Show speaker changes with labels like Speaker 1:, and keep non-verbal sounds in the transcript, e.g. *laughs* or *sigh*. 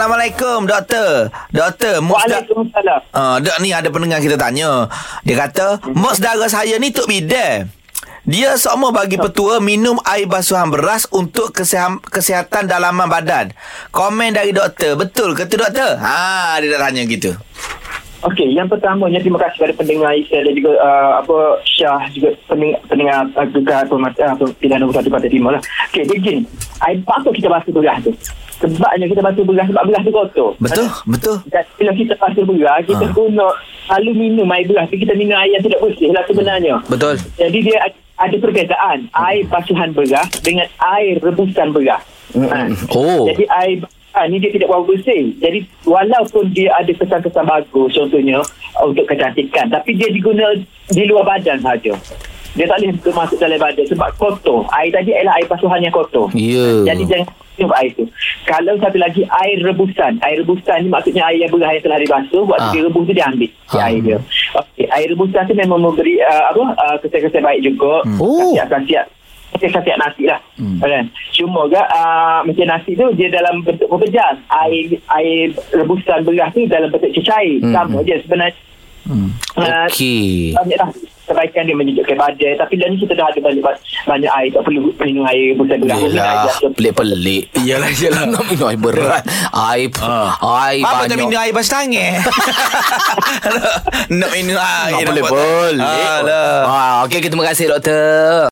Speaker 1: Assalamualaikum doktor. Doktor, mak sedar-
Speaker 2: Waalaikumsalam.
Speaker 1: Ah, dok ni ada pendengar kita tanya. Dia kata, "Mak saudara saya ni tok bidan. Dia semua bagi petua minum air basuhan beras untuk kesiham, kesihatan dalaman badan. Komen dari doktor, betul ke tu doktor? Ha, dia dah tanya gitu.
Speaker 2: Okey, yang pertamanya terima kasih kepada pendengar Isel dan juga uh, apa Syah juga pendengar, pendengar uh, juga pemerhati uh, pilihan nombor satu Pantai Timur lah. Okey, dia gini. Air patut kita basuh beras tu. Sebabnya kita basuh beras sebab beras tu kotor.
Speaker 1: Betul, betul.
Speaker 2: Dan bila kita basuh beras, kita
Speaker 1: Ha.
Speaker 2: ha. guna selalu minum air beras. tu, Kita minum air yang tidak bersih lah sebenarnya.
Speaker 1: Betul.
Speaker 2: Jadi dia ad- ada perbezaan air basuhan beras dengan air rebusan beras. Ha.
Speaker 3: Oh.
Speaker 2: Jadi air basuhan ni dia tidak bau bersih. Jadi walaupun dia ada kesan-kesan bagus contohnya uh, untuk kecantikan tapi dia diguna di luar badan saja. Dia tak boleh masuk dalam badan sebab kotor. Air tadi ialah air basuhan yang kotor.
Speaker 3: Ya.
Speaker 2: Jadi jangan minum air tu. Kalau satu lagi air rebusan. Air rebusan ni maksudnya air yang beras yang telah dibasuh. Waktu
Speaker 3: Ah.
Speaker 2: dia rebus tu dia ambil. Dia
Speaker 3: Ah.
Speaker 2: air dia. Okey, air rebusan tu memang memberi uh, apa uh, kesan-kesan baik juga.
Speaker 3: Hmm. Oh.
Speaker 2: Khasiat-khasiat khasiat nasi lah. Hmm. Kan? Cuma juga uh, macam nasi tu dia dalam bentuk pepejas. Air air rebusan beras tu dalam bentuk cecair.
Speaker 3: Hmm.
Speaker 2: Sama je sebenarnya. Hmm.
Speaker 3: Okey.
Speaker 2: Banyaklah kebaikan dia menyejukkan badan tapi dah ni kita dah ada banyak banyak air tak perlu minum air besar beras
Speaker 3: Yelah, pelik-pelik.
Speaker 1: Iyalah, iyalah.
Speaker 3: *laughs* Nak minum air berat. Air,
Speaker 1: Ah.
Speaker 3: air
Speaker 1: Apa
Speaker 3: banyak.
Speaker 1: tak minum air basuh tangan? Nak minum air.
Speaker 3: Tak
Speaker 1: *laughs* nak
Speaker 3: boleh
Speaker 1: buat- Ha, lah.
Speaker 3: boleh.
Speaker 1: Alah.
Speaker 3: Ah, Okey, terima kasih doktor.